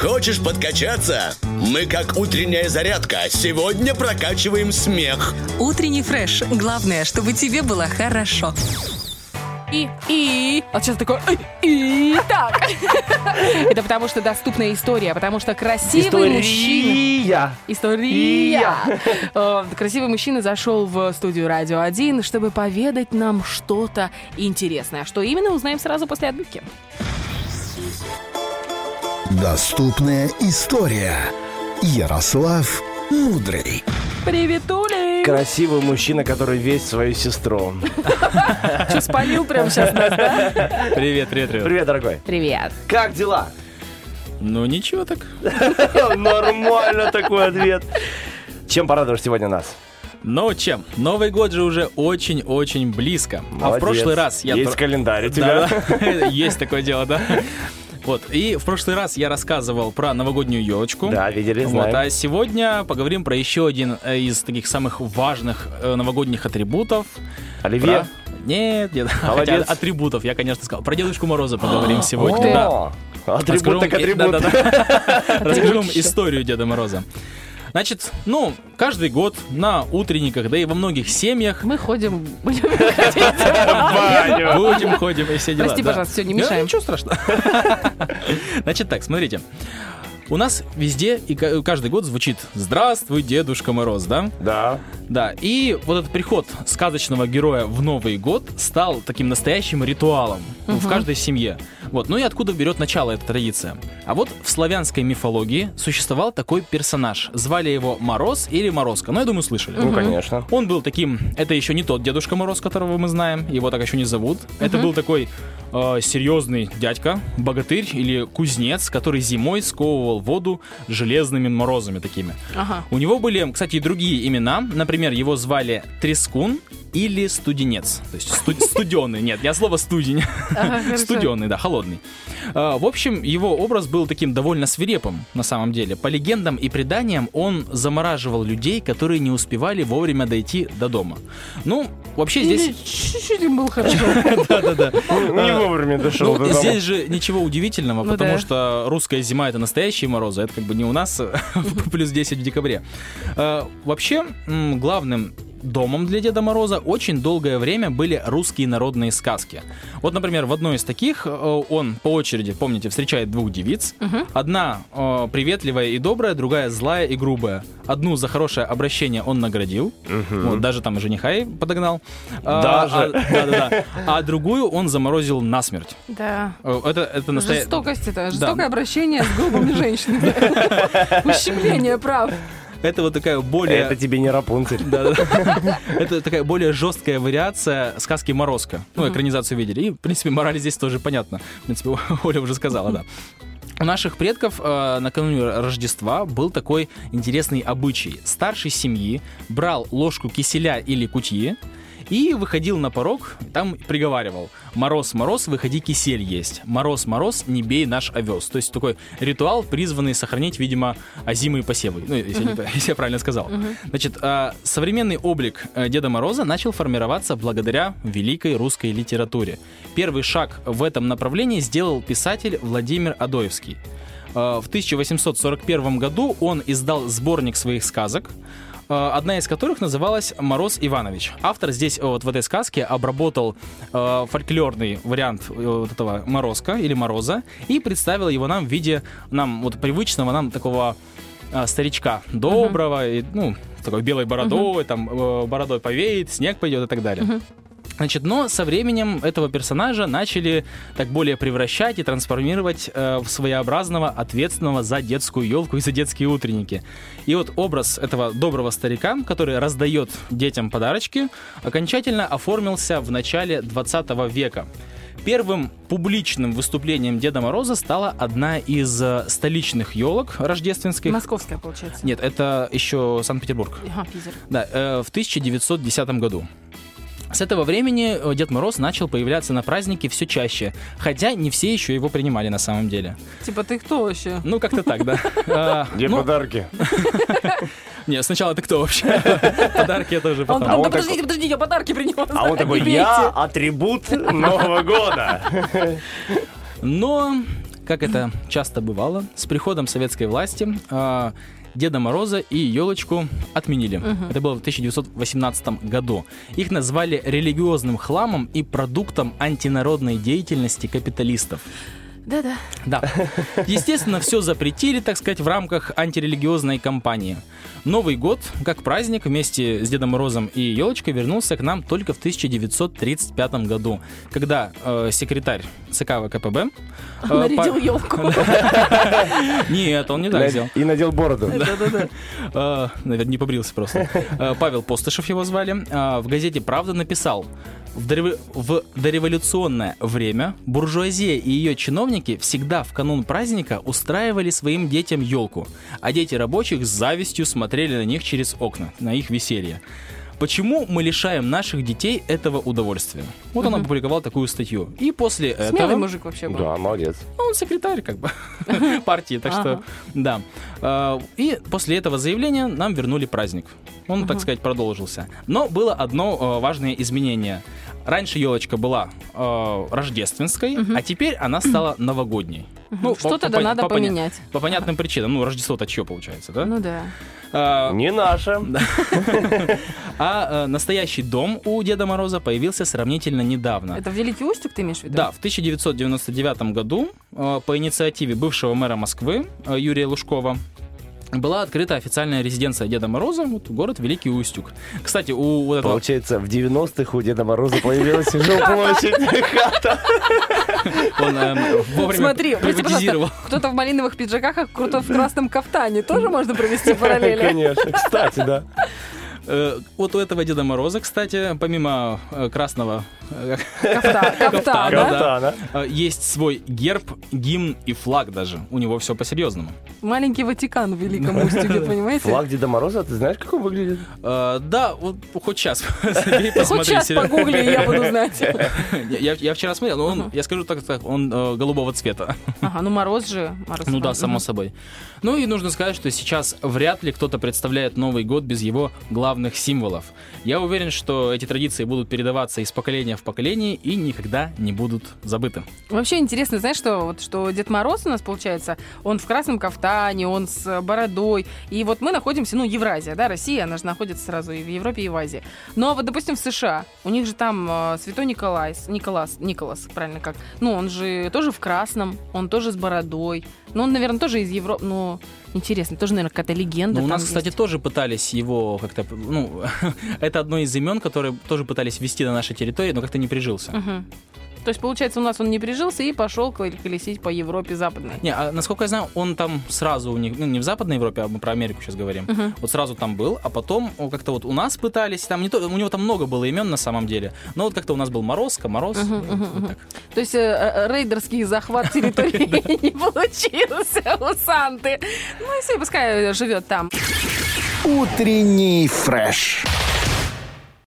Хочешь подкачаться? Мы как утренняя зарядка. Сегодня прокачиваем смех. Утренний фреш. Главное, чтобы тебе было хорошо. и, и. А сейчас такой, «Ай, и, так. Это потому что доступная история, потому что красивый мужчина. История. История. Э, Красивый мужчина зашел в студию Радио 1, чтобы поведать нам что-то интересное. Что именно, узнаем сразу после отбивки. Доступная история. Ярослав Мудрый. Привет, Ули! Красивый мужчина, который весь свою сестру. Что, спалил прямо сейчас нас, да? Привет, привет, привет. Привет, дорогой. Привет. Как дела? Ну ничего так. Нормально такой ответ. Чем порадуешь сегодня нас? Но чем? Новый год же уже очень-очень близко. А в Молодец. прошлый раз я... Есть тр- календарь у тебя. Да, да. Есть такое дело, да. Вот, и в прошлый раз я рассказывал про новогоднюю елочку. Да, видели, Вот, знаем. а сегодня поговорим про еще один э, из таких самых важных э, новогодних атрибутов. Оливье. Про- Нет, нет, хотя Молодец. атрибутов, я, конечно, сказал. Про Дедушку Мороза поговорим сегодня. да. О, Атрибут Расскажу так вам- атрибут. Да-да-да. Расскажу вам историю Деда Мороза. Значит, ну, каждый год на утренниках, да и во многих семьях Мы ходим... будем, ходим и все дела. Прости, да. пожалуйста, сегодня Да, мешаем. Ничего страшного. Значит так, смотрите. У нас везде и ка- каждый год звучит «Здравствуй, Дедушка Мороз», да? Да. Да, и вот этот приход сказочного героя в Новый год стал таким настоящим ритуалом ну, в каждой семье. Вот, ну и откуда берет начало эта традиция? А вот в славянской мифологии существовал такой персонаж. Звали его Мороз или Морозко. Ну, я думаю, слышали. Ну, конечно. Он был таким, это еще не тот Дедушка Мороз, которого мы знаем, его так еще не зовут. Это был такой э, серьезный дядька, богатырь или кузнец, который зимой сковывал воду железными морозами такими. Ага. У него были, кстати, и другие имена. Например, его звали Трескун или Студенец. То есть сту- студеный. Нет, я слово студень. Студеный, да, холодный. Э, В общем, его образ был таким довольно свирепым на самом деле. По легендам и преданиям он замораживал людей, которые не успевали вовремя дойти до дома. Ну, вообще здесь... Чуть-чуть им было хорошо. Да-да-да. Не вовремя дошел Ну, до дома. здесь же ничего удивительного, Ну потому да. что русская зима это настоящие морозы, это как бы не у нас плюс 10 в декабре. Э, Вообще, м, главным домом для Деда Мороза очень долгое время были русские народные сказки. Вот, например, в одной из таких э, он по очереди, помните, встречает двух девиц. Одна э, приветливая и добрая, другая злая и грубая. Одну за хорошее обращение он наградил, вот, даже там жениха и подогнал. А, Даже. а- да-да-да. А другую он заморозил насмерть. Да. Э, Это, это настоя- Жестокость это, жестокое обращение с грубыми женщинами. Ущемление прав. Это вот такая более... Это тебе не Рапунцель. Да-да-да. Это такая более жесткая вариация сказки Морозко. Ну, экранизацию видели. И, в принципе, мораль здесь тоже понятна. В принципе, Оля уже сказала, да. У наших предков э, накануне Рождества был такой интересный обычай. Старший семьи брал ложку киселя или кутьи и выходил на порог, там приговаривал «Мороз, мороз, выходи кисель есть, мороз, мороз, не бей наш овес». То есть такой ритуал, призванный сохранить, видимо, озимые посевы, ну, если, я не пра- если я правильно сказал. Значит, э, современный облик э, Деда Мороза начал формироваться благодаря великой русской литературе. Первый шаг в этом направлении сделал писатель Владимир Адоевский. Э, В 1841 году он издал сборник своих сказок, э, одна из которых называлась «Мороз Иванович». Автор здесь, э, вот в этой сказке, обработал э, фольклорный вариант э, вот этого «Морозка» или «Мороза» и представил его нам в виде нам вот привычного нам такого э, старичка доброго, и, ну, с такой белой бородой, там, э, бородой повеет, снег пойдет и так далее. Значит, но со временем этого персонажа начали так более превращать и трансформировать э, в своеобразного, ответственного за детскую елку и за детские утренники. И вот образ этого доброго старика, который раздает детям подарочки, окончательно оформился в начале 20 века. Первым публичным выступлением Деда Мороза стала одна из э, столичных елок рождественских. Московская, получается. Нет, это еще Санкт-Петербург. Ага, Питер. Да, э, в 1910 году. С этого времени э, Дед Мороз начал появляться на празднике все чаще, хотя не все еще его принимали на самом деле. Типа, ты кто вообще? Ну, как-то так, да. А, Где ну, подарки? Не, сначала ты кто вообще? Подарки я тоже Он потом. потом, он да такой- подождите, подождите, я подарки принес. А он такой, я атрибут Нового года. Но Как это часто бывало, с приходом советской власти э, Деда Мороза и елочку отменили. Это было в 1918 году. Их назвали религиозным хламом и продуктом антинародной деятельности капиталистов. Да-да. Да. Естественно, все запретили, так сказать, в рамках антирелигиозной кампании. Новый год, как праздник, вместе с Дедом Морозом и елочкой вернулся к нам только в 1935 году, когда э, секретарь ЦК ВКПБ... э, Нарядил по- елку. Нет, он не так сделал. И надел бороду. Э, Наверное, не побрился просто. Э, Павел Постышев его звали. Э, В газете «Правда» написал, в, дореве- в дореволюционное время буржуазия и ее чиновники всегда в канун праздника устраивали своим детям елку, а дети рабочих с завистью смотрели на них через окна, на их веселье. Почему мы лишаем наших детей этого удовольствия? Вот он опубликовал такую статью. И после Смелый этого... мужик вообще был. Да, молодец. Ну, он секретарь, как бы, партии, так что, Ага. да. А, И после этого заявления нам вернули праздник. Он, так сказать, продолжился. Но было одно а, важное изменение. Раньше елочка была а, рождественской, а теперь она стала новогодней. Ну, по- Что-то по- да по- надо по поня- поменять. По понятным причинам. Ну, Рождество-то чье получается, да? Ну да. А, Не наша. А э, настоящий дом у Деда Мороза появился сравнительно недавно. Это в Великий Устюг ты имеешь в виду? Да, в 1999 году э, по инициативе бывшего мэра Москвы э, Юрия Лужкова была открыта официальная резиденция Деда Мороза, вот город Великий Устюг. Кстати, у вот этого... Получается, в 90-х у Деда Мороза появилась жилплощадь. Хата. Он эм, вовремя Смотри, прости, приватизировал. пожалуйста, кто-то в малиновых пиджаках, а кто-то в красном кафтане. Тоже можно провести параллели. Конечно. Кстати, да. Э, Вот у этого Деда Мороза, кстати, помимо э, красного э, Кафтан. Кафтан, Кафтан. да? Катана. э, есть свой герб, гимн и флаг даже. У него все по-серьезному. Маленький Ватикан в Великом Устюге, понимаете? Флаг Деда Мороза, ты знаешь, как он выглядит? Э, Да, вот хоть сейчас. Хоть сейчас погугли, и я буду знать. Я я вчера смотрел, но он, я скажу так, так, он э, голубого цвета. Ага, ну мороз же. мороз. Ну да, само собой. Ну и нужно сказать, что сейчас вряд ли кто-то представляет Новый год без его главных символов. Я уверен, что эти традиции будут передаваться из поколения в поколение и никогда не будут забыты. Вообще интересно, знаешь, что, вот, что Дед Мороз у нас, получается, он в красном кафтане, он с э, бородой. И вот мы находимся, ну, Евразия, да, Россия, она же находится сразу и в Европе, и в Азии. Но вот, допустим, в США, у них же там э, Святой Николас, Николас, Николас, правильно как. Ну, он же тоже в красном, он тоже с бородой. Ну, он, наверное, тоже из Европы, ну, интересно, тоже, наверное, какая-то легенда Но Ну, у там нас, кстати, есть. тоже пытались его как-то... Ну, это одно из имен, которые тоже пытались ввести на нашей территории, но как-то не прижился. Мгм. То есть, получается, у нас он не прижился и пошел колесить по Европе западной. Не, а насколько я знаю, он там сразу у них, ну не в Западной Европе, а мы про Америку сейчас говорим. Мгм. Вот сразу там был, а потом о, как-то вот у нас пытались, там не то, у него там много было имен на самом деле, но вот как-то у нас был Морозко, Мороз, Мгм, вот- мгм, вот мгм. так. То есть э, э, рейдерский захват территории не получился у Санты. Ну и все, пускай живет там. Утренний фреш.